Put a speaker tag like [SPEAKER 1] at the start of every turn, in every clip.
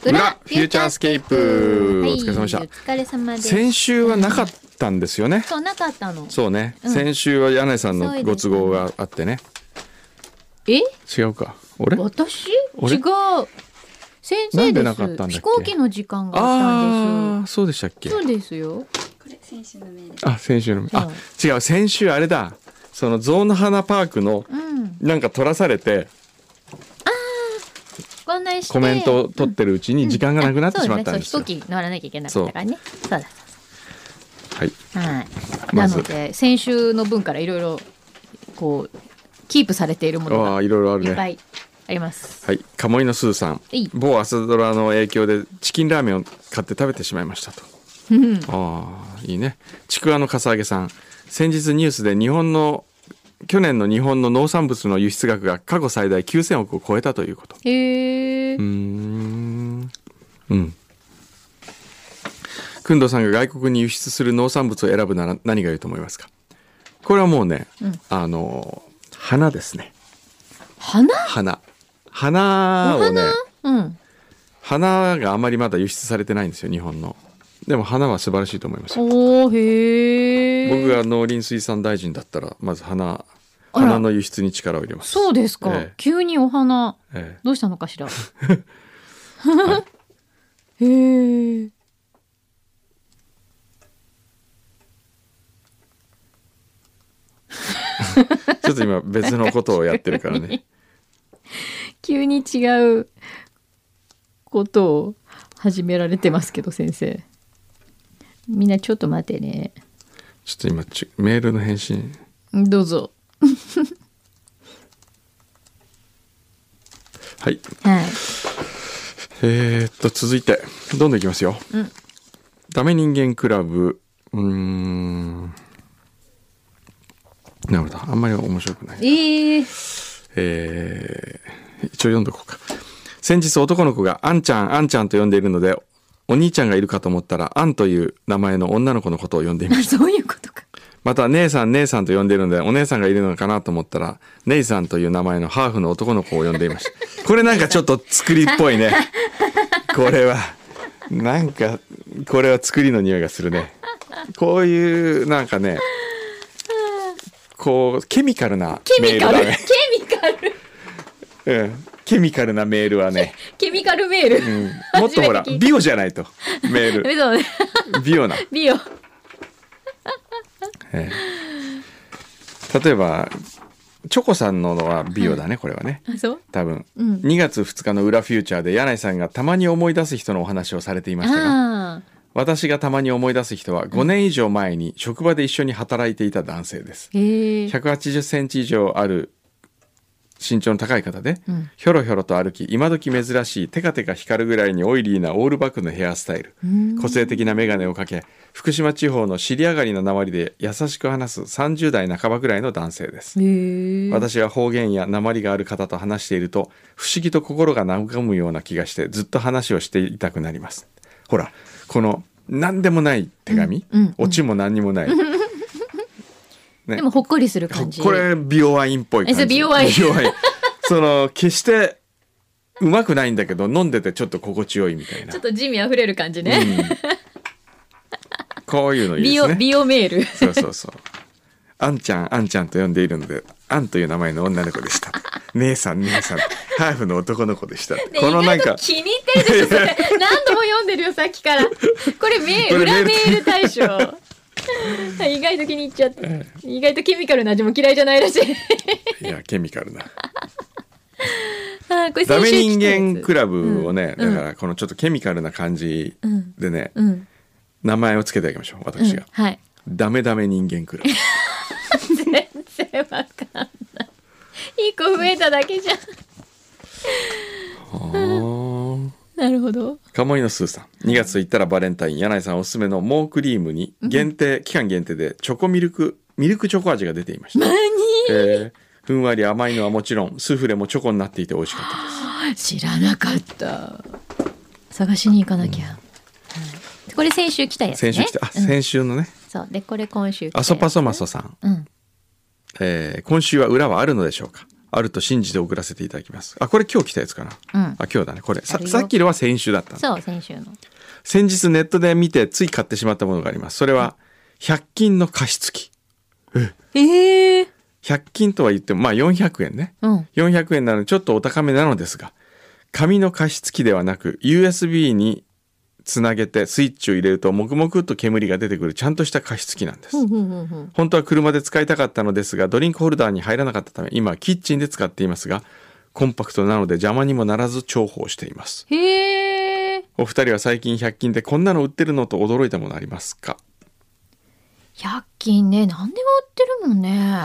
[SPEAKER 1] フューチャースケープ、お疲れ様でし
[SPEAKER 2] お
[SPEAKER 1] た
[SPEAKER 2] 疲れ様です。
[SPEAKER 1] 先週はなかったんですよね
[SPEAKER 2] そうなかったの。
[SPEAKER 1] そうね、
[SPEAKER 2] うん
[SPEAKER 1] 先週は柳井さん
[SPEAKER 2] そう
[SPEAKER 1] の
[SPEAKER 2] で
[SPEAKER 1] ご
[SPEAKER 2] す
[SPEAKER 1] 都合があってね
[SPEAKER 2] え、
[SPEAKER 1] 違うか俺
[SPEAKER 2] 私？
[SPEAKER 1] 俺
[SPEAKER 2] 違う。先生です。
[SPEAKER 1] なんでなかったんだっけ
[SPEAKER 2] 飛行機の時間があったん
[SPEAKER 1] ああーそうでしたっ
[SPEAKER 2] で
[SPEAKER 1] け
[SPEAKER 2] すよ。そうですよ。
[SPEAKER 3] これ選手の名です。
[SPEAKER 1] あ先週のあ違う先週あれだその象の花パークの
[SPEAKER 2] うん。
[SPEAKER 1] なんか取らされて
[SPEAKER 2] ご案内して。
[SPEAKER 1] コメントを取ってるうちに時間がなくなってしまったんです
[SPEAKER 2] そう
[SPEAKER 1] よ、
[SPEAKER 2] ねそう飛行機乗らなきゃいけなかったからね。そうだ。
[SPEAKER 1] はい
[SPEAKER 2] はい。
[SPEAKER 1] ま
[SPEAKER 2] な
[SPEAKER 1] ず
[SPEAKER 2] ので先週の分からいろいろこうキープされているもの
[SPEAKER 1] あ
[SPEAKER 2] が
[SPEAKER 1] あいろいろある
[SPEAKER 2] い
[SPEAKER 1] ね
[SPEAKER 2] っぱいあります。
[SPEAKER 1] はい、鴨居のすずさん
[SPEAKER 2] い
[SPEAKER 1] 某朝ドラの影響でチキンラーメンを買って食べてしまいましたと
[SPEAKER 2] うん
[SPEAKER 1] ああいいねちくわのかさあげさん先日ニュースで日本の去年の日本の農産物の輸出額が過去最大9000億を超えたということ
[SPEAKER 2] へえ
[SPEAKER 1] うー。んうん工藤さんが外国に輸出する農産物を選ぶなら何がいいと思いますかこれはもうね、
[SPEAKER 2] うん
[SPEAKER 1] あの花ですね
[SPEAKER 2] 花？
[SPEAKER 1] 花花をね
[SPEAKER 2] うん。
[SPEAKER 1] 花があまりまだ輸出されてないんですよ日本のでも花は素晴らしいと思いますよ
[SPEAKER 2] おおへえ。
[SPEAKER 1] 僕が農林水産大臣だったらまず花
[SPEAKER 2] あら
[SPEAKER 1] 花の輸出に力を入れます
[SPEAKER 2] そうですか、
[SPEAKER 1] ええ
[SPEAKER 2] 急にお花
[SPEAKER 1] え
[SPEAKER 2] どうしたのかしら
[SPEAKER 1] は
[SPEAKER 2] へえ
[SPEAKER 1] えちょっと今別のことをやって るからね
[SPEAKER 2] 急に違うことを始められてますけど先生みんなちょっと待ってね
[SPEAKER 1] ちょっと今ちメールの返信
[SPEAKER 2] どうぞ
[SPEAKER 1] はい
[SPEAKER 2] はい
[SPEAKER 1] えーっと続いてどんどんいきますよ、
[SPEAKER 2] うん
[SPEAKER 1] ダメ人間クラブうーんなるほどあんまり面白くない
[SPEAKER 2] え ー、
[SPEAKER 1] えー一応読んどこうか先日男の子が「あんちゃんあんちゃん」と呼んでいるのでお兄ちゃんがいるかと思ったら「あん」という名前の女の子のことを呼んでいました
[SPEAKER 2] そういうことか
[SPEAKER 1] また姉さん姉さんと呼んでいるのでお姉さんがいるのかなと思ったら姉さんという名前のハーフの男の子を呼んでいました これなんかちょっと作りっぽいね これはなんかこれは作りの匂いがするねこういうなんかねこうケミカルな
[SPEAKER 2] ケ
[SPEAKER 1] メー
[SPEAKER 2] ミ
[SPEAKER 1] ル
[SPEAKER 2] カ
[SPEAKER 1] だ
[SPEAKER 2] ル、
[SPEAKER 1] ね
[SPEAKER 2] ケミカル
[SPEAKER 1] うんケミカルなメールはね、
[SPEAKER 2] ケミカルメール、
[SPEAKER 1] もっとほ ら
[SPEAKER 2] 初めて聞いた
[SPEAKER 1] 美容じゃないとメール
[SPEAKER 2] 嘘ね
[SPEAKER 1] 美容な、
[SPEAKER 2] 美容
[SPEAKER 1] ええ例えばチョコさんののは美容だねこれはね
[SPEAKER 2] あそう
[SPEAKER 1] 多分、
[SPEAKER 2] うん
[SPEAKER 1] 2月2日の「裏フューチャー」で柳井さんがたまに思い出す人のお話をされていましたが
[SPEAKER 2] あ
[SPEAKER 1] 私がたまに思い出す人は5年以上前に職場で一緒に働いていた男性です
[SPEAKER 2] ーへえ
[SPEAKER 1] 1 8 0ンチ以上ある身長の高い方で、
[SPEAKER 2] うん
[SPEAKER 1] ひょろひょろと歩き今時珍しいテカテカ光るぐらいにオイリーなオールバックのヘアスタイル
[SPEAKER 2] うん
[SPEAKER 1] 個性的な眼鏡をかけ福島地方の尻上がりの訛りで優しく話す30代半ばぐらいの男性です、
[SPEAKER 2] へえ
[SPEAKER 1] 私は方言や訛りがある方と話していると不思議と心が和むような気がしてずっと話をしていたくなりますほらこの何でもない手紙、
[SPEAKER 2] うんうん
[SPEAKER 1] オチも何にもない、ね
[SPEAKER 2] でもほっこりする感じ
[SPEAKER 1] これ美容ワインっぽい
[SPEAKER 2] え
[SPEAKER 1] 感
[SPEAKER 2] そ
[SPEAKER 1] じ
[SPEAKER 2] れ美容ワイン
[SPEAKER 1] 容その決してうまくないんだけど飲んでてちょっと心地よいみたいな
[SPEAKER 2] ちょっと地味あふれる感じね、
[SPEAKER 1] うんこういうのいい
[SPEAKER 2] 美
[SPEAKER 1] です
[SPEAKER 2] 容
[SPEAKER 1] ね
[SPEAKER 2] 美容メール
[SPEAKER 1] そうそうそう。あんちゃん、あんちゃんと呼んでいるので、あんという名前の女の子でした。姉さん、姉さん、ハーフの男の子でした。
[SPEAKER 2] ね
[SPEAKER 1] このなん
[SPEAKER 2] 意外
[SPEAKER 1] か
[SPEAKER 2] と、気に入ってるでしょそれ 何度も読んでるよさっきからこれメー
[SPEAKER 1] これ
[SPEAKER 2] 裏
[SPEAKER 1] メール
[SPEAKER 2] メール大 賞意外と気に入っちゃって意外とケミカルな味も嫌いじゃないらしい
[SPEAKER 1] いや、ケミカルな。
[SPEAKER 2] あーこれ
[SPEAKER 1] ダ
[SPEAKER 2] 先
[SPEAKER 1] メ
[SPEAKER 2] 週来
[SPEAKER 1] 人
[SPEAKER 2] たやつ
[SPEAKER 1] 間クラブをね、
[SPEAKER 2] うん
[SPEAKER 1] だからこのちょっとケミカルな感じでね、
[SPEAKER 2] うん、うん、
[SPEAKER 1] 名前をつけてあげましょう、私が。
[SPEAKER 2] はい
[SPEAKER 1] ダメダメ人間クラブ。
[SPEAKER 2] 全然わかんない一個増えただけじゃんなるほど
[SPEAKER 1] 鴨居のすーさん2月と言ったらバレンタイン柳井さんおすすめのモークリームに限定期間限定でチョコミルクミルクチョコ味が出ていました、えーふんわり甘いのはもちろんスフレもチョコになっていて美味しかったです
[SPEAKER 2] 知らなかった探しに行かなきゃ、はいこれ先週来たやつね
[SPEAKER 1] 先週来た、あ
[SPEAKER 2] うん
[SPEAKER 1] 先週のね
[SPEAKER 2] そうでこれ今週来た
[SPEAKER 1] あそぱそまそさん、
[SPEAKER 2] うん
[SPEAKER 1] えー今週は裏はあるのでしょうかあると信じて送らせていただきますあこれ今日来たやつかな、
[SPEAKER 2] うん
[SPEAKER 1] あ今日だねこれさ
[SPEAKER 2] あるよ
[SPEAKER 1] さっきのは先週だったの
[SPEAKER 2] そう先週の
[SPEAKER 1] 先日ネットで見てつい買ってしまったものがありますそれは100均の加湿器
[SPEAKER 2] ええ
[SPEAKER 1] 100均とは言ってもまあ400円ね
[SPEAKER 2] うん
[SPEAKER 1] 400円なのでちょっとお高めなのですが紙の加湿器ではなく USB につなげてスイッチを入れるともくもくっと煙が出てくるちゃんとした加湿器なんです、
[SPEAKER 2] ふんふんふんふん
[SPEAKER 1] 本当は車で使いたかったのですがドリンクホルダーに入らなかったため今はキッチンで使っていますがコンパクトなので邪魔にもならず重宝しています
[SPEAKER 2] へえ
[SPEAKER 1] お二人は最近100均でこんなの売ってるのと驚いたものありますか
[SPEAKER 2] 100均ね何でも売ってるもんね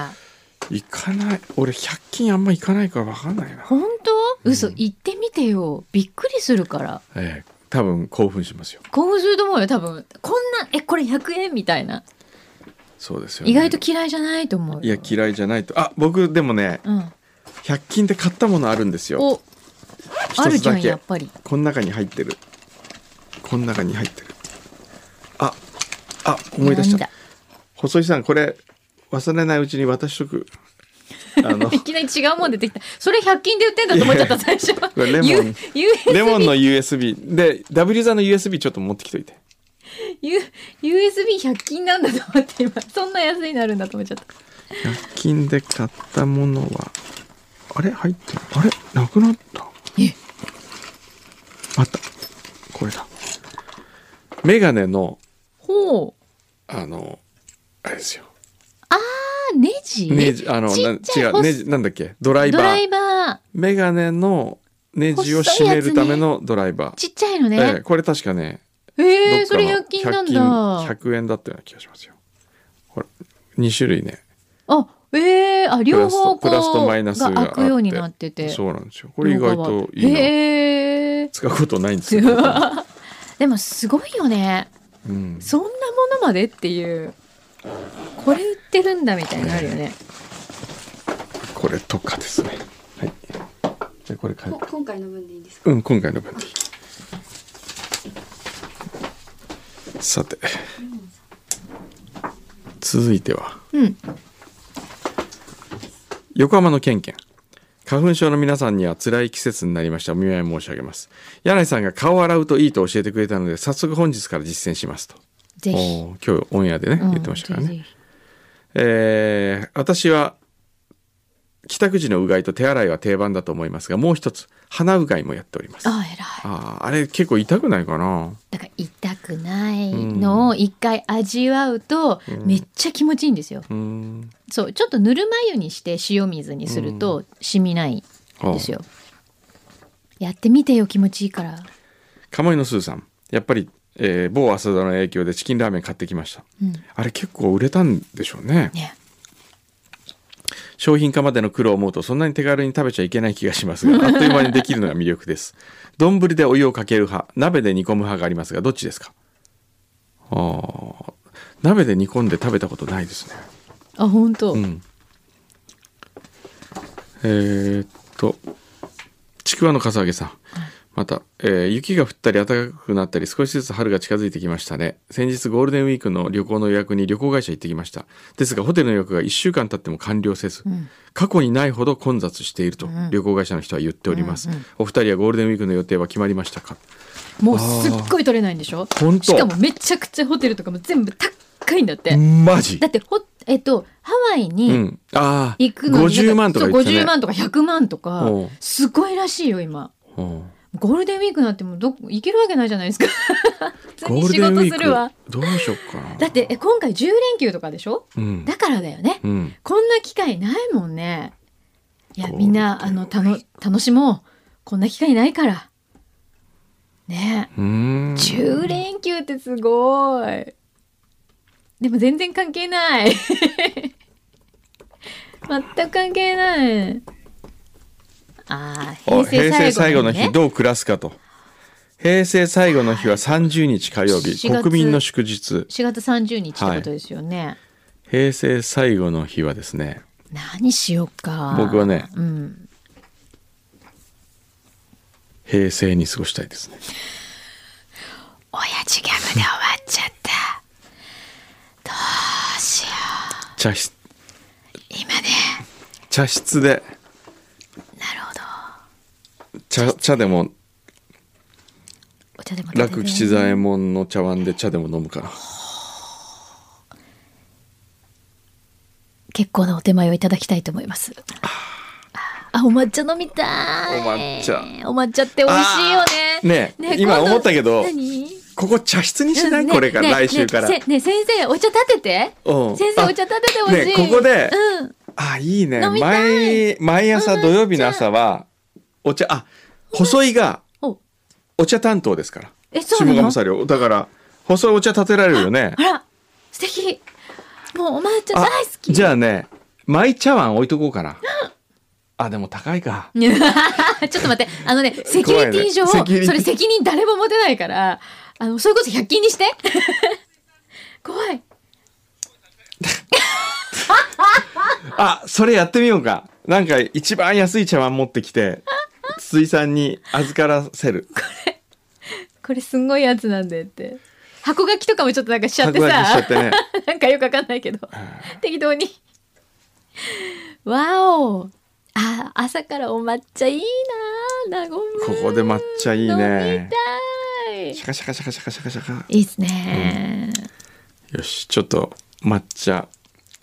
[SPEAKER 1] 行かない俺100均あんま行かないから分かんないな、
[SPEAKER 2] 本当嘘行ってみてよびっくりするから
[SPEAKER 1] ええ多分興奮しますよ
[SPEAKER 2] 興奮すると思うよ多分こんなえこれ100円みたいな
[SPEAKER 1] そうですよ、ね、
[SPEAKER 2] 意外と嫌いじゃないと思う
[SPEAKER 1] いや
[SPEAKER 2] よ
[SPEAKER 1] 嫌いじゃないとあ僕でもね
[SPEAKER 2] うん
[SPEAKER 1] 100均で買ったものあるんですよ
[SPEAKER 2] おある
[SPEAKER 1] 一つ
[SPEAKER 2] じゃ
[SPEAKER 1] だ
[SPEAKER 2] んや
[SPEAKER 1] け
[SPEAKER 2] っぱり
[SPEAKER 1] この中に入ってるこの中に入ってるああ思い出し
[SPEAKER 2] な
[SPEAKER 1] た
[SPEAKER 2] ん
[SPEAKER 1] 細井さんこれ忘れないうちに渡しとくあ
[SPEAKER 2] だ
[SPEAKER 1] の
[SPEAKER 2] いきなり違うもん出てきたそれ100均で売ってんだと思っちゃった
[SPEAKER 1] い
[SPEAKER 2] 最初は
[SPEAKER 1] これレモン
[SPEAKER 2] U- U-
[SPEAKER 1] レモンの USB で W 座の USB ちょっと持ってきといて
[SPEAKER 2] U- USB100 均なんだと思って今そんな安いなるんだと思っちゃった
[SPEAKER 1] 100均で買ったものはあれ入ってないあれなくなった
[SPEAKER 2] え
[SPEAKER 1] あったこれだメガネの
[SPEAKER 2] ほう
[SPEAKER 1] あのあれですよ
[SPEAKER 2] あネジ
[SPEAKER 1] ネジあのな
[SPEAKER 2] ち
[SPEAKER 1] 違
[SPEAKER 2] っちゃいう細
[SPEAKER 1] ネジなんだっけドライ
[SPEAKER 2] ド
[SPEAKER 1] バ
[SPEAKER 2] ラ
[SPEAKER 1] ー
[SPEAKER 2] イバー
[SPEAKER 1] メガネのネジを締めるためのドライバー、
[SPEAKER 2] ちっちゃいの
[SPEAKER 1] ええ
[SPEAKER 2] ね
[SPEAKER 1] これ確かね
[SPEAKER 2] え
[SPEAKER 1] ど
[SPEAKER 2] ー、
[SPEAKER 1] っか
[SPEAKER 2] そ
[SPEAKER 1] の
[SPEAKER 2] れ100均なん
[SPEAKER 1] 100
[SPEAKER 2] だ
[SPEAKER 1] 均100円だったような気がしますよほら2種類ね
[SPEAKER 2] あえー、あ両方
[SPEAKER 1] プ
[SPEAKER 2] こう
[SPEAKER 1] ラスとマイナ
[SPEAKER 2] が
[SPEAKER 1] スがあって
[SPEAKER 2] 開くようになってて
[SPEAKER 1] そうなんですよこれ意外といいな、
[SPEAKER 2] へえ
[SPEAKER 1] 使うことないんですよ、
[SPEAKER 2] でもすごいよね
[SPEAKER 1] うん、
[SPEAKER 2] そんなものまでっていうこれ売ってるんだみたいなのあるよね
[SPEAKER 1] これとかですねはいじゃあこれ買え
[SPEAKER 3] こ今回の分でいいですか
[SPEAKER 1] うん今回の分でさて続いては
[SPEAKER 2] うん
[SPEAKER 1] 横浜のケンケン花粉症の皆さんには辛い季節になりましたお見舞い申し上げます柳井さんが顔を洗うといいと教えてくれたので早速本日から実践しますと
[SPEAKER 2] ぜひ
[SPEAKER 1] おー今日オンエアでね
[SPEAKER 2] うん
[SPEAKER 1] 言ってましたからね、
[SPEAKER 2] ぜひぜひ
[SPEAKER 1] えー私は帰宅時のうがいと手洗いは定番だと思いますがもう一つ鼻うがいもやっておりますあ
[SPEAKER 2] あ偉い
[SPEAKER 1] あーあれ結構痛くないかな
[SPEAKER 2] だから痛くないのを一回味わうと
[SPEAKER 1] ん
[SPEAKER 2] めっちゃ気持ちいいんですよ、
[SPEAKER 1] うーん
[SPEAKER 2] そうちょっとぬるま湯にして塩水にすると染みないん
[SPEAKER 1] あー
[SPEAKER 2] ですよ、やってみてよ気持ちいいから
[SPEAKER 1] 鴨居のすーさんやっぱり、えー某朝ドラの影響でチキンラーメン買ってきました
[SPEAKER 2] うん
[SPEAKER 1] あれ結構売れたんでしょうね
[SPEAKER 2] ね
[SPEAKER 1] 商品化までの苦労を思うとそんなに手軽に食べちゃいけない気がしま すがあっという間にできるのが魅力です丼でお湯をかける派鍋で煮込む派がありますがどっちですかあー鍋で煮込んで食べたことないですね
[SPEAKER 2] あ本当、
[SPEAKER 1] うんえーっとちくわのかさあげさんまた、えー雪が降ったり暖かくなったり少しずつ春が近づいてきましたね先日ゴールデンウィークの旅行の予約に旅行会社行ってきましたですがホテルの予約が1週間経っても完了せず、
[SPEAKER 2] ん
[SPEAKER 1] 過去にないほど混雑していると
[SPEAKER 2] ん
[SPEAKER 1] 旅行会社の人は言っております、
[SPEAKER 2] うんうん
[SPEAKER 1] お二人はゴールデンウィークの予定は決まりましたか
[SPEAKER 2] もうすっごい取れないんでしょ
[SPEAKER 1] ほんと
[SPEAKER 2] しかもめちゃくちゃホテルとかも全部高いんだって、
[SPEAKER 1] マジ
[SPEAKER 2] だってほえっとハワイ
[SPEAKER 1] う
[SPEAKER 2] に
[SPEAKER 1] んああ
[SPEAKER 2] 行くのに、
[SPEAKER 1] 50万とか言ってたね
[SPEAKER 2] そう50万とか100万とか
[SPEAKER 1] おう
[SPEAKER 2] すごいらしいよ今
[SPEAKER 1] うん
[SPEAKER 2] ゴールデンウィークなんてもうどこ行けるわけないじゃないですか 普通
[SPEAKER 1] ゴ
[SPEAKER 2] に
[SPEAKER 1] ール
[SPEAKER 2] 仕
[SPEAKER 1] デンウィ
[SPEAKER 2] 事
[SPEAKER 1] ー
[SPEAKER 2] するわ
[SPEAKER 1] クどうしよっかな
[SPEAKER 2] だってえ今回10連休とかでしょ
[SPEAKER 1] うん
[SPEAKER 2] だからだよね
[SPEAKER 1] うん
[SPEAKER 2] こんな機会ないもんねいや
[SPEAKER 1] ゴールデン
[SPEAKER 2] みんなあのたの楽しもうこんな機会ないからね
[SPEAKER 1] うーん
[SPEAKER 2] え10連休ってすごいでも全然関係ない 全く関係ないあ
[SPEAKER 1] お
[SPEAKER 2] ー
[SPEAKER 1] 平成最後の
[SPEAKER 2] ね
[SPEAKER 1] 日どう暮らすかと平成最後の日は30日火曜日
[SPEAKER 2] 4月
[SPEAKER 1] 国民の祝日
[SPEAKER 2] 4月30日ってことですよね、
[SPEAKER 1] 平成最後の日はですね
[SPEAKER 2] 何しようか
[SPEAKER 1] 僕はね
[SPEAKER 2] うん、
[SPEAKER 1] 平成に過ごしたいですね
[SPEAKER 2] 親父ギャグで終わっちゃったどうしよ
[SPEAKER 1] 茶室
[SPEAKER 2] う今ね
[SPEAKER 1] 茶室で茶茶でも
[SPEAKER 2] お茶でも食べて
[SPEAKER 1] 楽吉左衛門の茶碗で茶でも飲むから
[SPEAKER 2] 結構なお手前をいただきたいと思いますあお抹茶飲みたい
[SPEAKER 1] お抹茶
[SPEAKER 2] お抹茶って美味しいよね
[SPEAKER 1] あーね今
[SPEAKER 2] 今度
[SPEAKER 1] 思ったけど
[SPEAKER 2] 何
[SPEAKER 1] ここ茶室にしない、
[SPEAKER 2] うんね
[SPEAKER 1] これから、
[SPEAKER 2] ね
[SPEAKER 1] 来週から、
[SPEAKER 2] ねせね先生お茶立てて
[SPEAKER 1] うん
[SPEAKER 2] 先生お茶立ててほしい、
[SPEAKER 1] ねここで
[SPEAKER 2] うん
[SPEAKER 1] あいいね
[SPEAKER 2] 飲みたい
[SPEAKER 1] 毎毎朝
[SPEAKER 2] うん
[SPEAKER 1] 土曜日の朝はお茶あ細井が
[SPEAKER 2] お
[SPEAKER 1] お茶担当ですから
[SPEAKER 2] えそうなの
[SPEAKER 1] 下鴨茶寮だから細いお茶立てられるよね
[SPEAKER 2] あら素敵もうお抹茶
[SPEAKER 1] あ
[SPEAKER 2] 大好き
[SPEAKER 1] じゃあねマイ茶碗置いとこうかなあでも高いか
[SPEAKER 2] ちょっと待って、あのね、セキュリティ上、
[SPEAKER 1] セキュリティ
[SPEAKER 2] それ責任誰も持てないから、あの、それこそ100均にして。 怖い。
[SPEAKER 1] あそれやってみようかなんか一番安い茶碗持ってきて水産に預からせる
[SPEAKER 2] これすんごいやつなんだよって。箱書きとかもちょっとなんかしちゃってさ、
[SPEAKER 1] 箱書きしちゃってね
[SPEAKER 2] なんかよくわかんないけ ど、適当に。わおあ、朝からお抹茶いいななごめ
[SPEAKER 1] ここで抹茶いい
[SPEAKER 2] 飲
[SPEAKER 1] ね
[SPEAKER 2] みたい。
[SPEAKER 1] シャカシャカシャカシャカシャカシャカ
[SPEAKER 2] いいっすね。
[SPEAKER 1] よしちょっと抹茶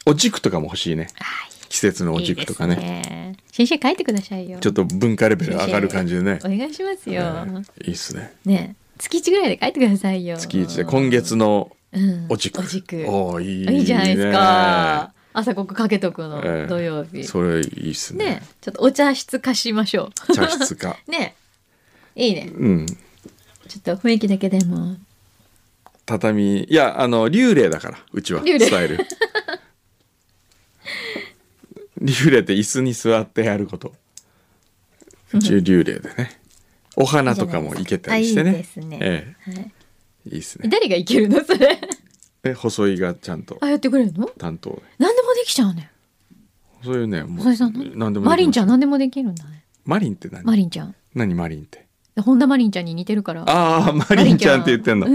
[SPEAKER 1] お軸とかも欲しいね
[SPEAKER 2] あいい
[SPEAKER 1] 季節のお軸とかね
[SPEAKER 2] いいですね先生書いてくださいよ
[SPEAKER 1] ちょっと文化レベル上がる感じでね
[SPEAKER 2] お、願いしますよ、
[SPEAKER 1] えーいいっすね
[SPEAKER 2] ね月一ぐらいで書いてくださいよ
[SPEAKER 1] 月一で今月の
[SPEAKER 2] うん
[SPEAKER 1] お軸、
[SPEAKER 2] お軸
[SPEAKER 1] おーいいね
[SPEAKER 2] いいじゃないですか朝ここかけとくの、
[SPEAKER 1] ええ
[SPEAKER 2] 土曜日
[SPEAKER 1] それいいっすね
[SPEAKER 2] ねちょっとお茶室貸しましょ
[SPEAKER 1] 茶室か
[SPEAKER 2] う ねいいね
[SPEAKER 1] うん
[SPEAKER 2] ちょっと雰囲気だけでも
[SPEAKER 1] 畳いやあの幽霊だからうちは
[SPEAKER 2] 幽霊
[SPEAKER 1] スタ イル幽霊って椅子に座ってやることうち幽霊でねお花とかもいけたりしてね
[SPEAKER 2] いいですね
[SPEAKER 1] え
[SPEAKER 2] はい
[SPEAKER 1] えいいっす
[SPEAKER 2] え
[SPEAKER 1] ね
[SPEAKER 2] 誰がいけるのそれ
[SPEAKER 1] で細井がちゃんと
[SPEAKER 2] あやってくれるの
[SPEAKER 1] 担当で
[SPEAKER 2] 何でもできちゃうね
[SPEAKER 1] そういうねも
[SPEAKER 2] 細井さん
[SPEAKER 1] 何でもできます
[SPEAKER 2] マリンちゃん何でもできるんだね
[SPEAKER 1] マリンって何
[SPEAKER 2] マリンちゃん
[SPEAKER 1] 何マリンって
[SPEAKER 2] 本田マリンちゃんに似てるから
[SPEAKER 1] ああマリンちゃんって言ってんのは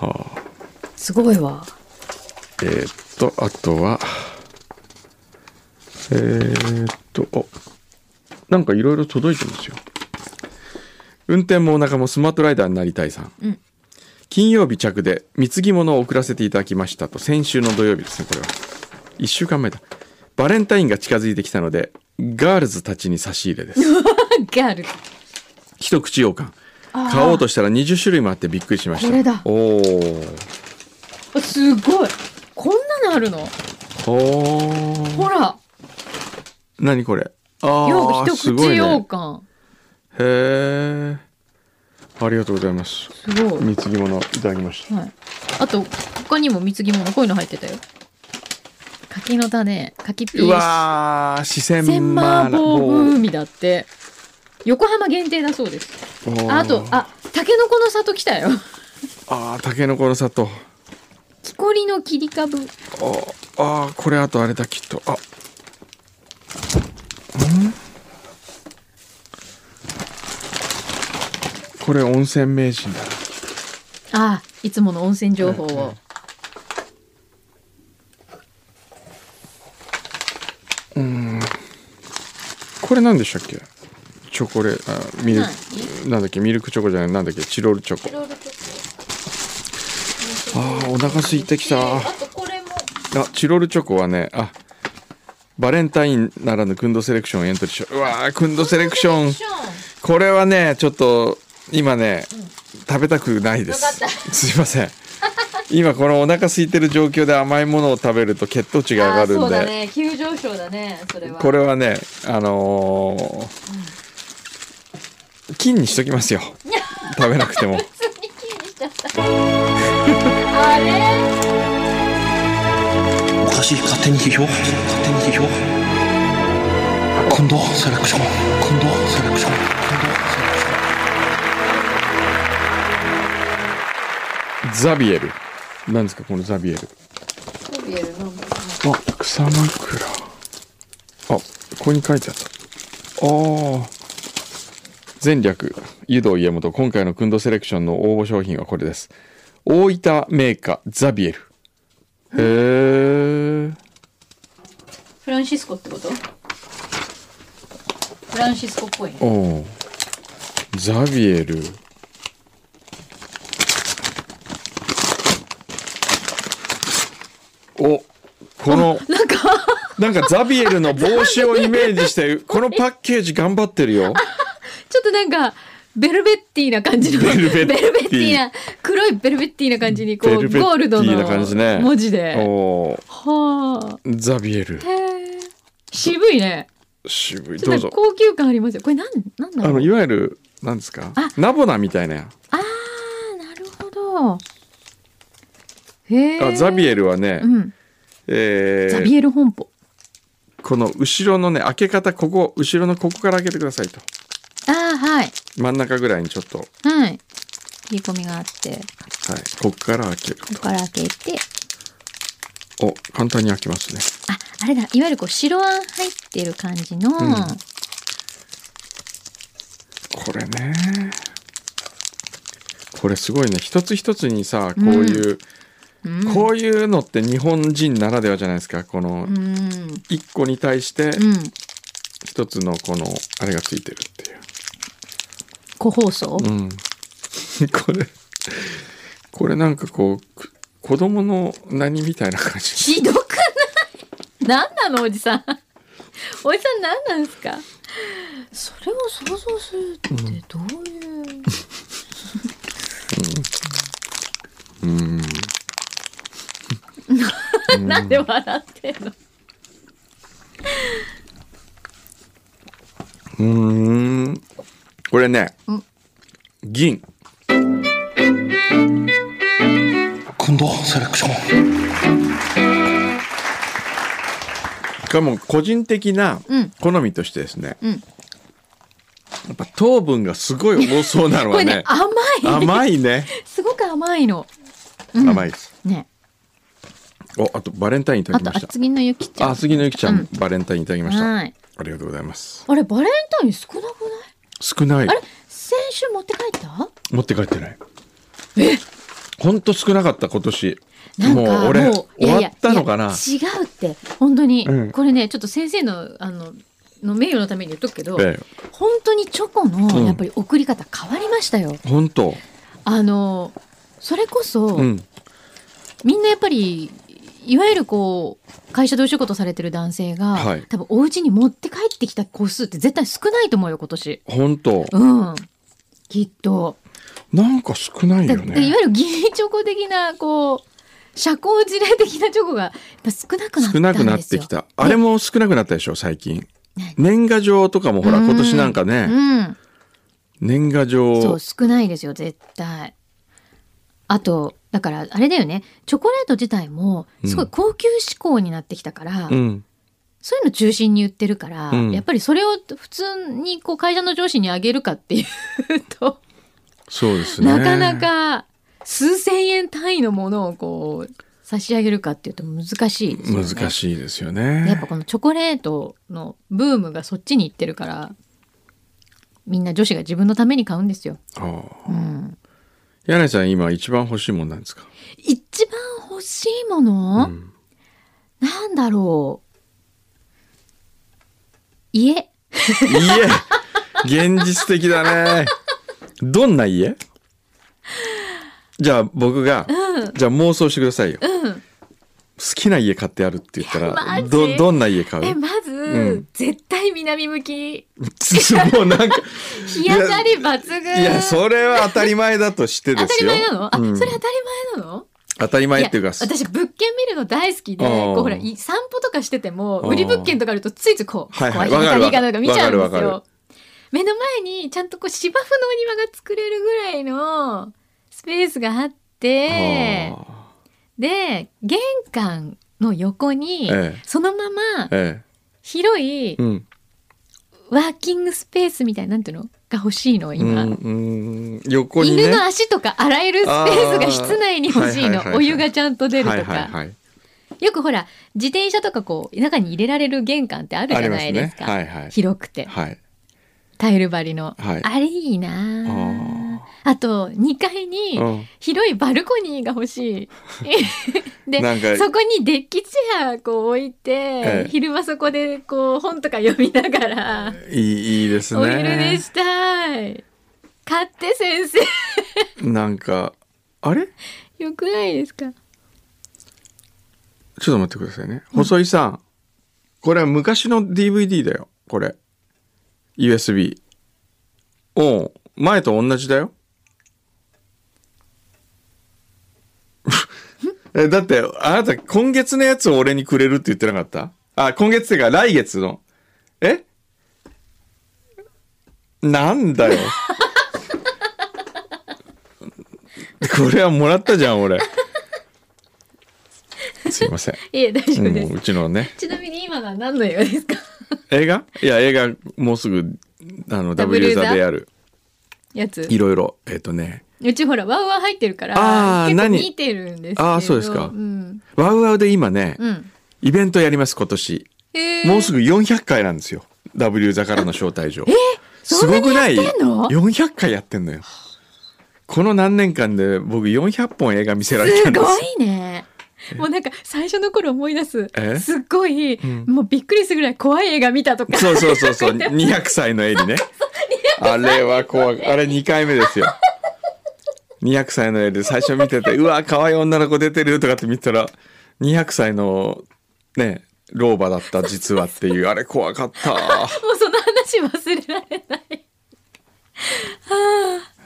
[SPEAKER 1] あ
[SPEAKER 2] すごい わ
[SPEAKER 1] えーっとあとはえーっとおなんかいろいろ届いてますよ運転もお腹もスマートライダーになりたいさん、
[SPEAKER 2] うん
[SPEAKER 1] 金曜日着で貢ぎ物を送らせていただきましたと先週の土曜日ですねこれは1週間前だバレンタインが近づいてきたのでガールズたちに差し入れです
[SPEAKER 2] ガール
[SPEAKER 1] 一口羊羹
[SPEAKER 2] あー
[SPEAKER 1] 買おうとしたら20種類もあってびっくりしました
[SPEAKER 2] これだ
[SPEAKER 1] おー
[SPEAKER 2] あすごいこんなのあるの
[SPEAKER 1] お
[SPEAKER 2] ほ
[SPEAKER 1] ー
[SPEAKER 2] ら
[SPEAKER 1] 何これあ
[SPEAKER 2] よ
[SPEAKER 1] ー
[SPEAKER 2] う一
[SPEAKER 1] す
[SPEAKER 2] 口
[SPEAKER 1] ごい
[SPEAKER 2] 羊
[SPEAKER 1] ね
[SPEAKER 2] 羹
[SPEAKER 1] へえありがとうございます
[SPEAKER 2] すごい、
[SPEAKER 1] 貢ぎ物いただきまし
[SPEAKER 2] はい、あと他にも貢ぎ物こういうの入ってたよ柿の種柿ピ
[SPEAKER 1] たう
[SPEAKER 2] ー
[SPEAKER 1] わー四川
[SPEAKER 2] 千
[SPEAKER 1] 麻
[SPEAKER 2] 麻
[SPEAKER 1] 辣
[SPEAKER 2] 婆風味だって横浜限定だそうです
[SPEAKER 1] おー
[SPEAKER 2] ああとあタケノコの里来たよ
[SPEAKER 1] あーたけのこの里
[SPEAKER 2] 木こりの切り株
[SPEAKER 1] あーあーこれあとあれだきっとあんこれ温泉名人だ
[SPEAKER 2] あいつもの温泉情報を
[SPEAKER 1] これ何でしたっけチョコレートミル
[SPEAKER 2] は
[SPEAKER 1] クなんだっけミルクチョコじゃないなんだっけチロルチョコあーお腹空いてきた
[SPEAKER 2] で
[SPEAKER 1] あ
[SPEAKER 2] あとこれも
[SPEAKER 1] チロルチョコはねあバレンタインならぬクンドセレクションエントリーしよううわークンドセレクション
[SPEAKER 2] ション
[SPEAKER 1] これはねちょっと今ね、食べたくないです
[SPEAKER 2] わかった
[SPEAKER 1] すいません今このお腹空いてる状況で甘いものを食べると血糖値が上がるんで
[SPEAKER 2] あーそうだね急上昇だねそれは
[SPEAKER 1] これはねあのー金にしときますよ 食べなくても
[SPEAKER 2] 普通に金にしちゃった あれ
[SPEAKER 3] おかしい勝手に批評勝手に批評近藤セレクション近藤セレクション近藤セレクション
[SPEAKER 1] ザビエルなんですかこのザビエル
[SPEAKER 2] トビエルなんだ
[SPEAKER 1] あ草枕あここに書いてあったああ前略湯道家元今回のくんどセレクションの応募商品はこれです大分メーカーザビエルへえ
[SPEAKER 2] フランシスコってことフランシスコっぽいね
[SPEAKER 1] おうザビエルおこの
[SPEAKER 2] なんか
[SPEAKER 1] なんかザビエルの帽子をイメージしてこのパッケージ頑張ってるよ
[SPEAKER 2] ちょっとなんかベルベッティな感じの
[SPEAKER 1] ベルベッテ
[SPEAKER 2] ベ
[SPEAKER 1] ィ
[SPEAKER 2] ルベッティな黒いベルベッティな感じにこう
[SPEAKER 1] ベルベッティな
[SPEAKER 2] ゴールドの
[SPEAKER 1] 感じね
[SPEAKER 2] 文字で、
[SPEAKER 1] おう
[SPEAKER 2] は
[SPEAKER 1] ザビエル
[SPEAKER 2] あへえ渋いね
[SPEAKER 1] 渋い
[SPEAKER 2] ちょ
[SPEAKER 1] ど
[SPEAKER 2] っ
[SPEAKER 1] う
[SPEAKER 2] と
[SPEAKER 1] ぞ
[SPEAKER 2] 高級感ありますよこれなんなんだ
[SPEAKER 1] あ
[SPEAKER 2] ろ
[SPEAKER 1] の
[SPEAKER 2] う
[SPEAKER 1] いわゆるなんですか
[SPEAKER 2] あ
[SPEAKER 1] ナボナみたいな
[SPEAKER 2] あーなるほどへえ
[SPEAKER 1] あザビエルはね、
[SPEAKER 2] うん
[SPEAKER 1] えー
[SPEAKER 2] ザビエル本舗
[SPEAKER 1] この後ろのね開け方ここ後ろのここから開けてくださいと
[SPEAKER 2] ああはい
[SPEAKER 1] 真ん中ぐらいにちょっとはい
[SPEAKER 2] はい切り込みがあって
[SPEAKER 1] ここから開ける
[SPEAKER 2] ここから開けて
[SPEAKER 1] お簡単に開きますね
[SPEAKER 2] ああれだいわゆるこう白あん入ってる感じの、
[SPEAKER 1] んこれねこれすごいね一つ一つにさこういう、
[SPEAKER 2] うん
[SPEAKER 1] こういうのって日本人ならではじゃないですかこの
[SPEAKER 2] うん
[SPEAKER 1] 一個に対し
[SPEAKER 2] う
[SPEAKER 1] て
[SPEAKER 2] ん
[SPEAKER 1] 一つのこのあれがついてるっていう
[SPEAKER 2] 個包装、
[SPEAKER 1] うん これこれなんかこうく子供の何みたいな感じ
[SPEAKER 2] ひどくない 何なのおじさんおじさん何なんですかそれを想像するってどういう、
[SPEAKER 1] うん
[SPEAKER 2] なんで笑ってんの
[SPEAKER 1] うーんこれね、銀
[SPEAKER 3] 今度セレクション
[SPEAKER 1] これも個人的な
[SPEAKER 2] うん
[SPEAKER 1] 好みとしてですね、
[SPEAKER 2] うん
[SPEAKER 1] やっぱ糖分がすごい多そうなの
[SPEAKER 2] こ
[SPEAKER 1] は
[SPEAKER 2] れね
[SPEAKER 1] ね
[SPEAKER 2] 甘い
[SPEAKER 1] 甘いね
[SPEAKER 2] すごく甘いのうん
[SPEAKER 1] 甘いです、
[SPEAKER 2] ね
[SPEAKER 1] おあとバレンタインいた
[SPEAKER 2] あ
[SPEAKER 1] だき
[SPEAKER 2] と
[SPEAKER 1] ました
[SPEAKER 2] 厚木のゆきちゃん
[SPEAKER 1] あ杉のゆきちゃん、
[SPEAKER 2] うん
[SPEAKER 1] バレンタインいただきました、
[SPEAKER 2] はい
[SPEAKER 1] ありがとうございます
[SPEAKER 2] あれバレンタイン少なくない
[SPEAKER 1] 少ない
[SPEAKER 2] あれ先週持って帰った
[SPEAKER 1] 持って帰ってないえほんと少なかった今年
[SPEAKER 2] なんか
[SPEAKER 1] もう
[SPEAKER 2] もう
[SPEAKER 1] 俺
[SPEAKER 2] い
[SPEAKER 1] 終
[SPEAKER 2] やい
[SPEAKER 1] わ
[SPEAKER 2] や
[SPEAKER 1] ったのかない
[SPEAKER 2] や違うって本当に、
[SPEAKER 1] うん
[SPEAKER 2] これねちょっと先生のあのの名誉のために言っとくけど、
[SPEAKER 1] え
[SPEAKER 2] 本当にチョコ
[SPEAKER 1] う
[SPEAKER 2] の
[SPEAKER 1] ん
[SPEAKER 2] やっぱり送り方変わりましたよ。
[SPEAKER 1] えほんと
[SPEAKER 2] あのそれこそ、
[SPEAKER 1] うん
[SPEAKER 2] みんなやっぱりいわゆるこう会社でお仕事されてる男性が、
[SPEAKER 1] はい
[SPEAKER 2] 多分お家に持って帰ってきた個数って絶対少ないと思うよ今年。
[SPEAKER 1] ほんと
[SPEAKER 2] うんきっと。
[SPEAKER 1] なんか少ない
[SPEAKER 2] だ
[SPEAKER 1] よ
[SPEAKER 2] でい
[SPEAKER 1] ね
[SPEAKER 2] わゆるギリチョコ的なこう社交辞令的なチョコがやっぱ少なくなったんですよ
[SPEAKER 1] 少なくなってきたあれも少なくなったでしょ最近
[SPEAKER 2] ね
[SPEAKER 1] 年賀状とかもほら
[SPEAKER 2] うん
[SPEAKER 1] 今年なんかね
[SPEAKER 2] うん
[SPEAKER 1] 年賀
[SPEAKER 2] そ
[SPEAKER 1] 状
[SPEAKER 2] う少ないですよ絶対あとだからあれだよねチョコレート自体もすごい高級志向になってきたから、
[SPEAKER 1] うん
[SPEAKER 2] そういうの中心に売ってるから、
[SPEAKER 1] うん
[SPEAKER 2] やっぱりそれを普通にこう会社の上司にあげるかっていうと、
[SPEAKER 1] そうですね
[SPEAKER 2] なかなか数千円単位のものをこう差し上げるかっていうと難しいですよね
[SPEAKER 1] 難しいですよ
[SPEAKER 2] やっぱ
[SPEAKER 1] ね
[SPEAKER 2] このチョコレートのブームがそっちに行ってるからみんな女子が自分のために買うんですよ。
[SPEAKER 1] ああ
[SPEAKER 2] うん
[SPEAKER 1] 柳井さん今一番欲しいもんなんですか
[SPEAKER 2] 一番欲しいもの、
[SPEAKER 1] うん
[SPEAKER 2] なんだろう家
[SPEAKER 1] 家 現実的だねどんな家じゃあ僕が、じゃあ妄想してくださいよ、好きな家買ってやるって言った
[SPEAKER 2] マ
[SPEAKER 1] ら
[SPEAKER 2] ジ
[SPEAKER 1] どどんな家買
[SPEAKER 2] え
[SPEAKER 1] う
[SPEAKER 2] まず、
[SPEAKER 1] うん
[SPEAKER 2] 絶対南向き
[SPEAKER 1] もうなんか
[SPEAKER 2] 日当たり抜群
[SPEAKER 1] いやそれは当たり前だとして
[SPEAKER 2] 当
[SPEAKER 1] で
[SPEAKER 2] た
[SPEAKER 1] す
[SPEAKER 2] り
[SPEAKER 1] よ
[SPEAKER 2] 前なのあ、
[SPEAKER 1] うん
[SPEAKER 2] それ当たり前なの
[SPEAKER 1] 当たり前っていう
[SPEAKER 2] いや
[SPEAKER 1] か
[SPEAKER 2] 私物件見るの大好きで
[SPEAKER 1] あー
[SPEAKER 2] こうほらい散歩とかしてても
[SPEAKER 1] あー
[SPEAKER 2] 売り物件とかあるとついついこう
[SPEAKER 1] はいはい
[SPEAKER 2] こう
[SPEAKER 1] わかる
[SPEAKER 2] 左かなんか見ちゃうん
[SPEAKER 1] わ
[SPEAKER 2] で
[SPEAKER 1] か
[SPEAKER 2] す
[SPEAKER 1] るわ
[SPEAKER 2] よ目の前にちゃんとこう芝生のお庭が作れるぐらいのスペースがあって
[SPEAKER 1] はあ
[SPEAKER 2] で玄関の横に、
[SPEAKER 1] ええ
[SPEAKER 2] そのまま
[SPEAKER 1] え
[SPEAKER 2] 広い
[SPEAKER 1] えうん
[SPEAKER 2] ワーキングスペースみたいななんていうのが欲しいの今、
[SPEAKER 1] うんうん横にね
[SPEAKER 2] 犬の足とか洗えるスペースが室内に欲しいの、
[SPEAKER 1] あーはいはいはいはい
[SPEAKER 2] お湯がちゃんと出るとか、
[SPEAKER 1] はいはいはい
[SPEAKER 2] よくほら自転車とかこう中に入れられる玄関ってあるじゃないですか、
[SPEAKER 1] ありますねはいはい
[SPEAKER 2] 広くて
[SPEAKER 1] はい
[SPEAKER 2] タイル張りの、
[SPEAKER 1] はい
[SPEAKER 2] あれいいなあと2階に
[SPEAKER 1] うん
[SPEAKER 2] 広いバルコニーが欲し いで
[SPEAKER 1] なんか
[SPEAKER 2] そこにデッキチェアこう置いて、
[SPEAKER 1] ええ
[SPEAKER 2] 昼間そこでこう本とか読みながら
[SPEAKER 1] いいいいですね
[SPEAKER 2] お昼寝したい買って先生
[SPEAKER 1] なんかあれ
[SPEAKER 2] よくないですか
[SPEAKER 1] ちょっと待ってくださいね。細井さん、これは昔の DVD だよ。これ。USB。おう前と同じだよ。 えだって、あなた今月のやつを俺にくれるって言ってなかったあ、今月っていうか来月の。えなんだよ。 これはもらったじゃん、俺。すいません。
[SPEAKER 2] いえ大丈夫で
[SPEAKER 1] も
[SPEAKER 2] す、
[SPEAKER 1] ううちのね
[SPEAKER 2] ちなみに今のは何の映画ですか
[SPEAKER 1] 映画いや映画もうすぐあの
[SPEAKER 2] W
[SPEAKER 1] W
[SPEAKER 2] 座
[SPEAKER 1] 座でやる
[SPEAKER 2] やつ
[SPEAKER 1] いろいろえっ、とね
[SPEAKER 2] うちほらワウワウ入ってるから
[SPEAKER 1] あー
[SPEAKER 2] 結構
[SPEAKER 1] 何
[SPEAKER 2] 見てるんですけど
[SPEAKER 1] あーそうです
[SPEAKER 2] う
[SPEAKER 1] か
[SPEAKER 2] ん、
[SPEAKER 1] ワウワウで今ね、
[SPEAKER 2] うん
[SPEAKER 1] イベントやります今年
[SPEAKER 2] へー
[SPEAKER 1] もうすぐ400回なんですよ W 座からの招待状
[SPEAKER 2] そんなにやってんの
[SPEAKER 1] ?400 回やってんのよこの何年間で僕400本映画見せられた
[SPEAKER 2] す
[SPEAKER 1] んです
[SPEAKER 2] ごいね。もうなんか最初の頃思い出す
[SPEAKER 1] え。
[SPEAKER 2] すっごい、
[SPEAKER 1] ん
[SPEAKER 2] もうびっくりするぐらい怖い映画見たとか。
[SPEAKER 1] そうそうそうそう 200歳のエリねあれは怖いあれ2回目ですよ200歳のエリで最初見ててうわ可愛い女の子出てるとかって見てたら200歳のね老婆だった実はっていうあれ怖かった、
[SPEAKER 2] もうその話忘れられない。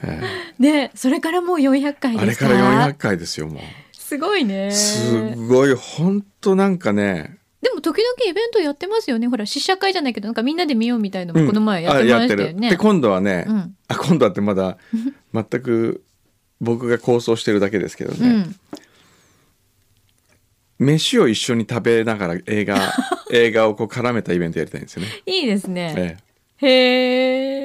[SPEAKER 1] え
[SPEAKER 2] ね、それからもう400回
[SPEAKER 1] えあ
[SPEAKER 2] で
[SPEAKER 1] れ
[SPEAKER 2] すか。
[SPEAKER 1] から400回ですよもう
[SPEAKER 2] すごいね。
[SPEAKER 1] すごいほんとなんかね
[SPEAKER 2] でも時々イベントやってますよね。ほら試写会じゃないけど、なんかみんなで見ようみたいのもこの前やってましたよ
[SPEAKER 1] あや
[SPEAKER 2] ね。
[SPEAKER 1] で今度はね、
[SPEAKER 2] うん
[SPEAKER 1] あ今度はってまだ全く僕が構想してるだけですけどね、
[SPEAKER 2] うん、
[SPEAKER 1] 飯を一緒に食べながら 映画映画をこう絡めたイベントやりたいんですよね。
[SPEAKER 2] いいですね。
[SPEAKER 1] ええ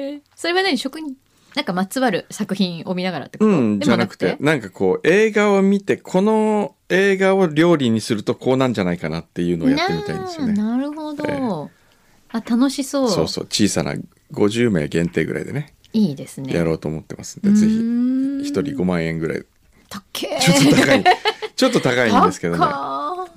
[SPEAKER 2] へえ。それは何職人なんかまつわる作品を見ながらってこと、
[SPEAKER 1] うん、
[SPEAKER 2] で
[SPEAKER 1] じ
[SPEAKER 2] も
[SPEAKER 1] ゃなくてなんかこう映画を見てこの映画を料理にするとこうなんじゃないかなっていうのをやってみたいんですよね。
[SPEAKER 2] なあなるほど。
[SPEAKER 1] ええ
[SPEAKER 2] あ楽しそう
[SPEAKER 1] そうそう小さな50名限定ぐらいでね
[SPEAKER 2] いいですね。
[SPEAKER 1] やろうと思ってますんでぜひ
[SPEAKER 2] うーん
[SPEAKER 1] 1人5万円ぐらい
[SPEAKER 2] たっけー
[SPEAKER 1] ちょっと高 いちょっと高いんですけどね。
[SPEAKER 2] 高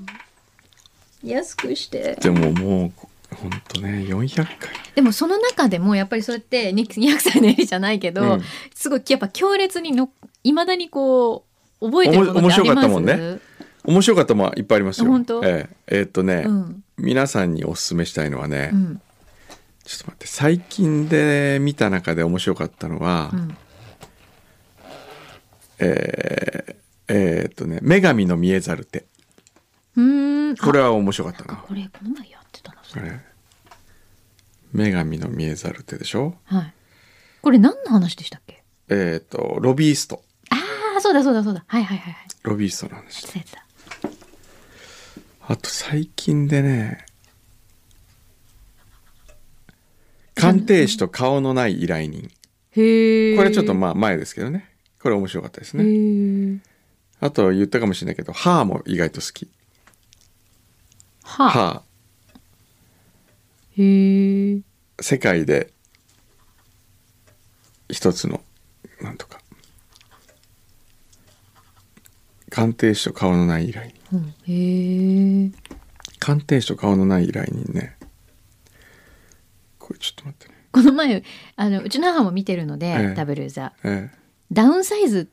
[SPEAKER 2] ー安くして
[SPEAKER 1] でももうほんとね400回
[SPEAKER 2] でもその中でもやっぱりそうやってに200歳のエリじゃないけど、
[SPEAKER 1] うん
[SPEAKER 2] すごいやっぱ強烈にのいまだにこう覚えてるもの
[SPEAKER 1] おも
[SPEAKER 2] ってあります
[SPEAKER 1] 面白かったもんね面白かったもんいっぱいありますよ。
[SPEAKER 2] 本当
[SPEAKER 1] えええーっとね、
[SPEAKER 2] うん
[SPEAKER 1] 皆さんにお勧めしたいのはね、
[SPEAKER 2] うん
[SPEAKER 1] ちょっと待って最近で見た中で面白かったのは、
[SPEAKER 2] うん
[SPEAKER 1] えーえーっとね「女神の見えざる手
[SPEAKER 2] うーん」
[SPEAKER 1] これ
[SPEAKER 2] は
[SPEAKER 1] は面白かったな
[SPEAKER 2] これこの前やってたなそ
[SPEAKER 1] こ
[SPEAKER 2] れ
[SPEAKER 1] れ「女神の見えざる手」でしょ
[SPEAKER 2] はいこれ何の話でしたっけ
[SPEAKER 1] えーっとロビースト
[SPEAKER 2] ああそうだそうだそうだはいはいはいはい
[SPEAKER 1] ロビーストの話
[SPEAKER 2] そうやつだ
[SPEAKER 1] あと最近でね鑑定士と顔のない依頼人
[SPEAKER 2] へえ
[SPEAKER 1] これちょっとまあ前ですけどねこれ面白かったですね
[SPEAKER 2] へえ
[SPEAKER 1] あと言ったかもしれないけど「歯」も意外と好き「
[SPEAKER 2] はあ
[SPEAKER 1] 歯」
[SPEAKER 2] へえ。
[SPEAKER 1] 世界で一つのなんとか鑑定士と顔のない依頼人
[SPEAKER 2] うんへえ。
[SPEAKER 1] 鑑定士と顔のない依頼人ねこれちょっと待ってね
[SPEAKER 2] この前あのうちの母も見てるので、
[SPEAKER 1] ええ
[SPEAKER 2] ダブルザ
[SPEAKER 1] ええ
[SPEAKER 2] ダウンサイ ズ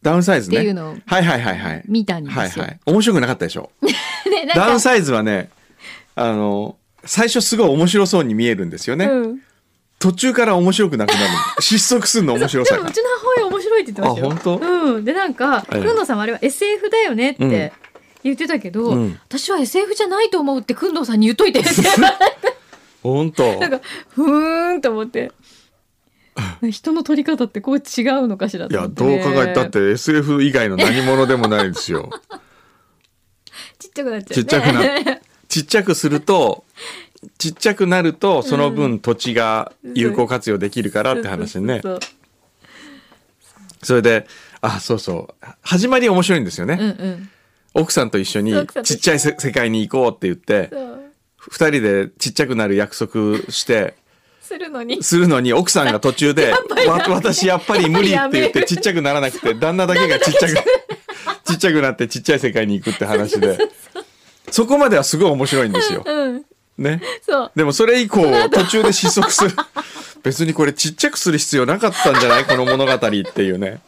[SPEAKER 1] ダウンサイズね
[SPEAKER 2] っていうのを
[SPEAKER 1] はいはいはいはい
[SPEAKER 2] 見たんですよ。
[SPEAKER 1] はいはい面白くなかったでしょ
[SPEAKER 2] でなんか
[SPEAKER 1] ダウンサイズはねあの最初すごい面白そうに見えるんですよね、
[SPEAKER 2] うん、
[SPEAKER 1] 途中から面白くなくなる失速するの面白
[SPEAKER 2] で
[SPEAKER 1] さ
[SPEAKER 2] もう
[SPEAKER 1] が
[SPEAKER 2] ちの母親面白いって言ってましたよ。
[SPEAKER 1] あ本当
[SPEAKER 2] うん。でなんか
[SPEAKER 1] ええ
[SPEAKER 2] くんどさんはあれは SF だよねって言ってたけど、
[SPEAKER 1] うん
[SPEAKER 2] 私は SF じゃないと思うってくんどさんに言っとい てって
[SPEAKER 1] 本当
[SPEAKER 2] なんかふーんと思って。人の取り方ってこう違うのかしら
[SPEAKER 1] い
[SPEAKER 2] と
[SPEAKER 1] や、
[SPEAKER 2] 思って
[SPEAKER 1] どう考えたって SF 以外の何者でもないで すよ。
[SPEAKER 2] ちっちゃくなっちゃう、ね、
[SPEAKER 1] ちっちゃくな、ちっちゃくすると、ちっちゃくなると、その分土地が有効活用できるからって話ね
[SPEAKER 2] そ。うそう
[SPEAKER 1] それで、あ、そうそう。始まり面白いんですよ
[SPEAKER 2] そうう
[SPEAKER 1] ね。
[SPEAKER 2] んうん
[SPEAKER 1] 奥さんと一緒に
[SPEAKER 2] 奥さんと一緒
[SPEAKER 1] ちっちゃいせ世界に行こうって言って、
[SPEAKER 2] そう
[SPEAKER 1] 二人でちっちゃくなる約束して、
[SPEAKER 2] するのに
[SPEAKER 1] するのに奥さんが途中で
[SPEAKER 2] ぱり
[SPEAKER 1] 「わ私やっぱり無理」って言っ
[SPEAKER 2] やっぱりやめ
[SPEAKER 1] て
[SPEAKER 2] る
[SPEAKER 1] ちっちゃくならなくて旦那だけがちっちゃくちっちゃくなってちっちゃい世界に行くって話でそこまではすごい面白いんですよ。
[SPEAKER 2] うん
[SPEAKER 1] ね、
[SPEAKER 2] そう
[SPEAKER 1] でもそれ以降途中で失速 する別にこれちっちゃくする必要なかったんじゃないこの物語っていうね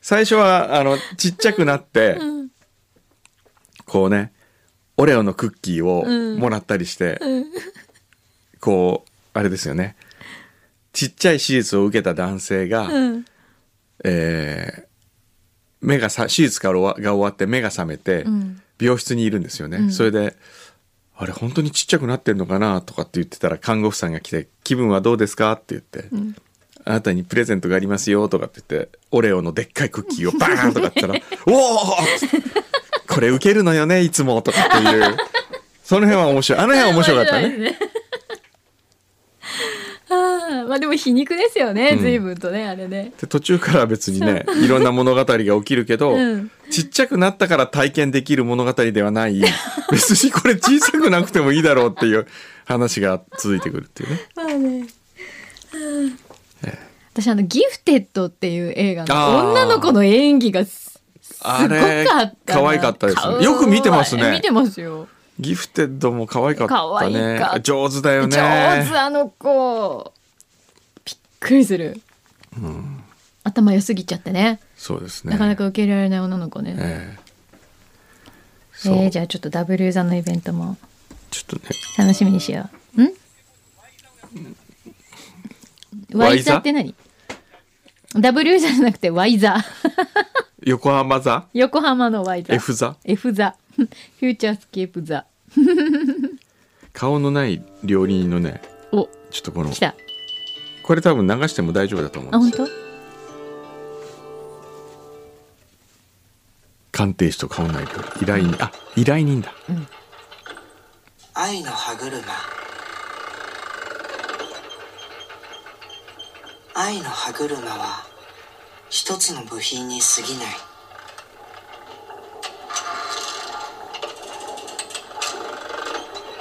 [SPEAKER 1] 最初はあのちっちゃくなって、こうねオレオのクッキーを
[SPEAKER 2] うん
[SPEAKER 1] もらったりして、こうあれですよねちっちゃい手術を受けた男性が、
[SPEAKER 2] うん
[SPEAKER 1] えー目がさ手術から終わが終わって目が覚めて、
[SPEAKER 2] うん
[SPEAKER 1] 病室にいるんですよね、
[SPEAKER 2] ん
[SPEAKER 1] それで「あれ本当にちっちゃくなってんのかな?」とかって言ってたら看護婦さんが来て「気分はどうですか?」って言って、
[SPEAKER 2] ん
[SPEAKER 1] あなたにプレゼントがありますよ」とかって言ってオレオのでっかいクッキーをバーンとかって言ったら「 おお!」これウケるのよねいつも」とかっていうその辺は面白いあの辺は面白かったね。
[SPEAKER 2] 面白いですね ああまあでも皮肉ですよね
[SPEAKER 1] うん
[SPEAKER 2] 随分とねあれね
[SPEAKER 1] で途中からは別にねいろんな物語が起きるけど、
[SPEAKER 2] うん
[SPEAKER 1] ちっちゃくなったから体験できる物語ではない別にこれ小さくなくてもいいだろうっていう話が続いてくるっていうね。
[SPEAKER 2] まあね私あの「ギフテッド」っていう映画
[SPEAKER 1] あー
[SPEAKER 2] の女の子の演技がすすごか
[SPEAKER 1] あ
[SPEAKER 2] った
[SPEAKER 1] れ
[SPEAKER 2] な
[SPEAKER 1] 可愛かったですね
[SPEAKER 2] 可愛い
[SPEAKER 1] よく見てますね
[SPEAKER 2] 見てますよ
[SPEAKER 1] ギフテッドも可愛か
[SPEAKER 2] 可
[SPEAKER 1] った
[SPEAKER 2] 愛
[SPEAKER 1] ね。
[SPEAKER 2] かった
[SPEAKER 1] 上手だ
[SPEAKER 2] 上
[SPEAKER 1] よね。
[SPEAKER 2] 手あの子びっくりする、頭良すぎちゃってね
[SPEAKER 1] そうですね。
[SPEAKER 2] なかなか受け入れられない女の子ね
[SPEAKER 1] ええそう、
[SPEAKER 2] えー、じゃあちょっと W さんのイベントも
[SPEAKER 1] ちょっとね。
[SPEAKER 2] 楽しみにしよう。んワ
[SPEAKER 1] ワイ
[SPEAKER 2] イ
[SPEAKER 1] ザ
[SPEAKER 2] ザって何 ?W じゃなくてワイザ。
[SPEAKER 1] 横浜座
[SPEAKER 2] 横浜のワイザ。
[SPEAKER 1] F 座
[SPEAKER 2] F ザ。フューチャースケープザ。
[SPEAKER 1] 顔のない料理人のね
[SPEAKER 2] お、
[SPEAKER 1] ちょっとこの
[SPEAKER 2] 来た。
[SPEAKER 1] これ多分流しても大丈夫だと思
[SPEAKER 2] あ、
[SPEAKER 1] う
[SPEAKER 2] 本
[SPEAKER 1] んです
[SPEAKER 2] 当？
[SPEAKER 1] 鑑定士と顔のない料理依頼人あ依頼人だ
[SPEAKER 4] 愛の歯車愛の歯車は一つの部品に過ぎない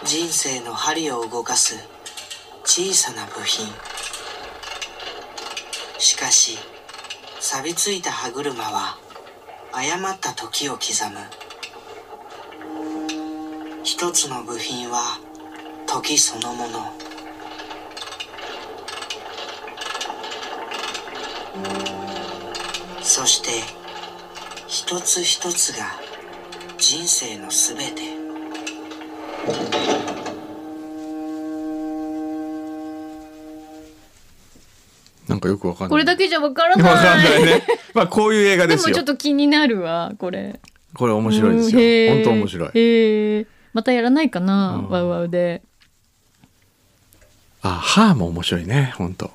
[SPEAKER 4] 人生の針を動かす小さな部品しかし錆びついた歯車は誤った時を刻む一つの部品は時そのものそして一つ一つが人生のすべて
[SPEAKER 1] なんかよくわかんない
[SPEAKER 2] これだけじゃわから
[SPEAKER 1] わか
[SPEAKER 2] な
[SPEAKER 1] んない
[SPEAKER 2] い。
[SPEAKER 1] ね。まあこういう映画
[SPEAKER 2] で
[SPEAKER 1] で
[SPEAKER 2] も
[SPEAKER 1] す
[SPEAKER 2] ち
[SPEAKER 1] よ
[SPEAKER 2] ょっ。と気になるわ、これ。
[SPEAKER 1] これ面白いです
[SPEAKER 2] うんへ
[SPEAKER 1] よ。
[SPEAKER 2] ー
[SPEAKER 1] 本当面白い。
[SPEAKER 2] へーまたやらないかな
[SPEAKER 1] う、ん
[SPEAKER 2] ワウワウで。
[SPEAKER 1] あ、歯も面白いね。本当。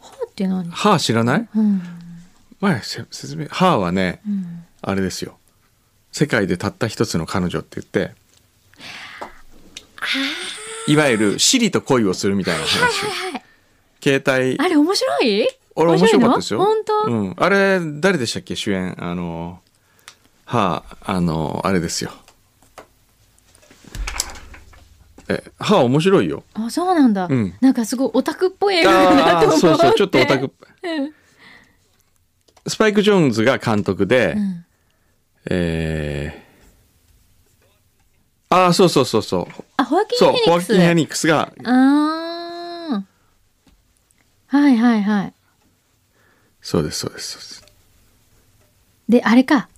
[SPEAKER 2] 歯って何？
[SPEAKER 1] 歯知らない？
[SPEAKER 2] うん。
[SPEAKER 1] 前せ説明。歯はね、
[SPEAKER 2] ん
[SPEAKER 1] あれですよ。世界でたった一つの彼女って言って、いわゆるシリと恋をするみたいな話。携帯。
[SPEAKER 2] あれ面白い？
[SPEAKER 1] 俺面白かったですよ。
[SPEAKER 2] 面白いの本
[SPEAKER 1] うん。あれ誰でしたっけ主演あの、はあ、あのあれですよ。え、歯面白いよ。
[SPEAKER 2] 当？あ、そうなんだ
[SPEAKER 1] うん。
[SPEAKER 2] なんかすごいオタクっぽい映画だな
[SPEAKER 1] あ
[SPEAKER 2] と思っ
[SPEAKER 1] あー
[SPEAKER 2] て。
[SPEAKER 1] そうそうちょっとオタクっぽい
[SPEAKER 2] うん
[SPEAKER 1] スパイク・ジョーンズが監督で、
[SPEAKER 2] ん
[SPEAKER 1] えーああそうそうそうそう
[SPEAKER 2] あ、ホワキン・
[SPEAKER 1] そう
[SPEAKER 2] フェ
[SPEAKER 1] ホ
[SPEAKER 2] ニッ
[SPEAKER 1] ワ
[SPEAKER 2] クス。
[SPEAKER 1] キン・ヘニックスが
[SPEAKER 2] ああ。はいはいはい。
[SPEAKER 1] そうですそうですそうです
[SPEAKER 2] で、あれか。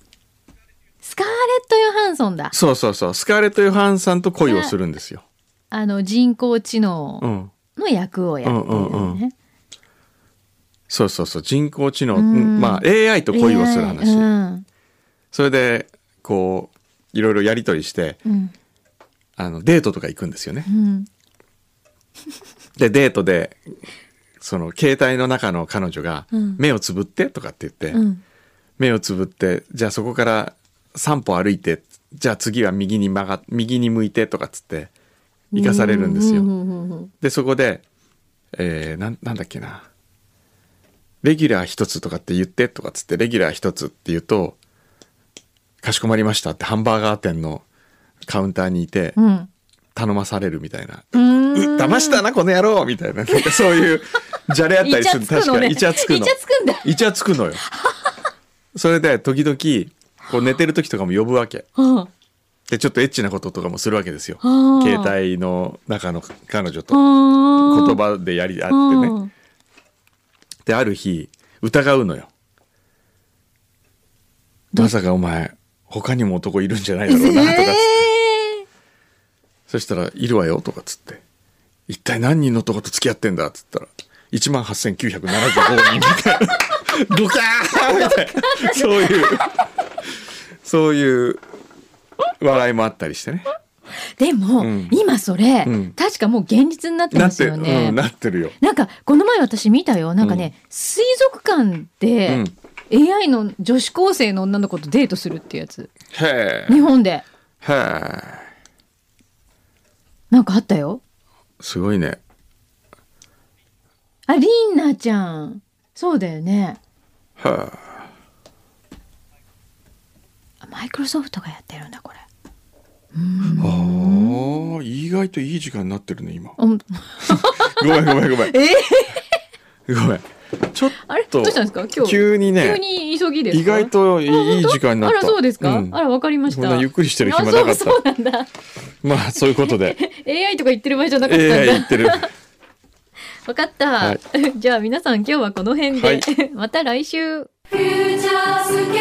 [SPEAKER 2] スカーレット・ヨハンソンだ。
[SPEAKER 1] そうそうそうスカーレット・ヨハンさんと恋をするんですよ、
[SPEAKER 2] あの、人工知
[SPEAKER 1] う
[SPEAKER 2] 能
[SPEAKER 1] ん、
[SPEAKER 2] の役をやってる
[SPEAKER 1] うんうん
[SPEAKER 2] の
[SPEAKER 1] うん
[SPEAKER 2] ね。
[SPEAKER 1] そうそうそう人工知能、
[SPEAKER 2] ん
[SPEAKER 1] まあ AI と恋をする話、
[SPEAKER 2] うん
[SPEAKER 1] それでこういろいろやり取りして
[SPEAKER 2] うん
[SPEAKER 1] あのデートとか行くんですよね
[SPEAKER 2] うん
[SPEAKER 1] でデートでその携帯の中の彼女が
[SPEAKER 2] うん
[SPEAKER 1] 「目をつぶって」とかって言って、
[SPEAKER 2] うん
[SPEAKER 1] 目をつぶってじゃあそこから3歩歩いてじゃあ次は右に曲が右に向いてとかっつって行かされるんですよ。
[SPEAKER 2] ううんうんうん
[SPEAKER 1] でそこで、えーなんなんだっけなレギュラー一つとかって言ってとかっつってレギュラー一つって言うとかしこまりましたってハンバーガー店のカウンターにいて、
[SPEAKER 2] うん
[SPEAKER 1] 頼まされるみたいな。
[SPEAKER 2] うーん
[SPEAKER 1] 騙したな、この野郎みたいな。なんかそう いう、じゃれあったりする。
[SPEAKER 2] イチャつく
[SPEAKER 1] 確
[SPEAKER 2] の
[SPEAKER 1] か
[SPEAKER 2] ね
[SPEAKER 1] に。イチャつくの。
[SPEAKER 2] イチャつくんだ
[SPEAKER 1] イチャつく のよ。それで、時々、こう寝てる時とかも呼ぶわけ。
[SPEAKER 2] は
[SPEAKER 1] で、ちょっとエッチなこととかもするわけですよ。
[SPEAKER 2] あ
[SPEAKER 1] 携帯の中の彼女と言
[SPEAKER 2] 言
[SPEAKER 1] 葉でやりあってね。
[SPEAKER 2] ね
[SPEAKER 1] で、ある日、疑うのよ。まさかお前、他にも男いるんじゃないだろうな、とかっつって。
[SPEAKER 2] え
[SPEAKER 1] そしたら「いるわよ」とかっつって「一体何人の男と付き合ってんだ」っつったら「1万8975人」みたいな「ドカーン!」みたいなそういうそういう笑いもあったりしてね
[SPEAKER 2] ーでも、
[SPEAKER 1] うん
[SPEAKER 2] 今それ、
[SPEAKER 1] うん
[SPEAKER 2] 確かもう現実になって
[SPEAKER 1] な
[SPEAKER 2] ま
[SPEAKER 1] っ
[SPEAKER 2] す
[SPEAKER 1] て、
[SPEAKER 2] よね。
[SPEAKER 1] うん、なってるよ。
[SPEAKER 2] なんかこの前私見たよなんかね、水族館で、AI の女子高生の女の子とデートするっていうやつ
[SPEAKER 1] へえ
[SPEAKER 2] 日本で
[SPEAKER 1] へえ
[SPEAKER 2] なんかあったよ
[SPEAKER 1] すごいね
[SPEAKER 2] あリンナちゃんそうだよね
[SPEAKER 1] へえ
[SPEAKER 2] マイクロソフトがやってるんだこれ
[SPEAKER 1] あー意外といい時間になってるね今
[SPEAKER 2] あほん
[SPEAKER 1] ごめんごめんごめん
[SPEAKER 2] えー
[SPEAKER 1] ごめんちょっ
[SPEAKER 2] あれど
[SPEAKER 1] と
[SPEAKER 2] うしたんですか今日
[SPEAKER 1] 急にね
[SPEAKER 2] 急に急ぎですか
[SPEAKER 1] 意外とい
[SPEAKER 2] あ本
[SPEAKER 1] いいい
[SPEAKER 2] 当
[SPEAKER 1] 時間になった
[SPEAKER 2] あらそうですか、
[SPEAKER 1] ん
[SPEAKER 2] あらわかりまし
[SPEAKER 1] そ
[SPEAKER 2] た
[SPEAKER 1] んなゆっくりしてる暇なかっ
[SPEAKER 2] あ
[SPEAKER 1] た
[SPEAKER 2] そうそうなんだ
[SPEAKER 1] まあそういう ことで
[SPEAKER 2] AI とか言ってる場合じゃなかったんだ、
[SPEAKER 1] AI 言ってる
[SPEAKER 2] わかった、
[SPEAKER 1] は
[SPEAKER 2] じゃあ皆さん今日はこの辺で、
[SPEAKER 1] はい
[SPEAKER 2] また来週
[SPEAKER 5] future scoop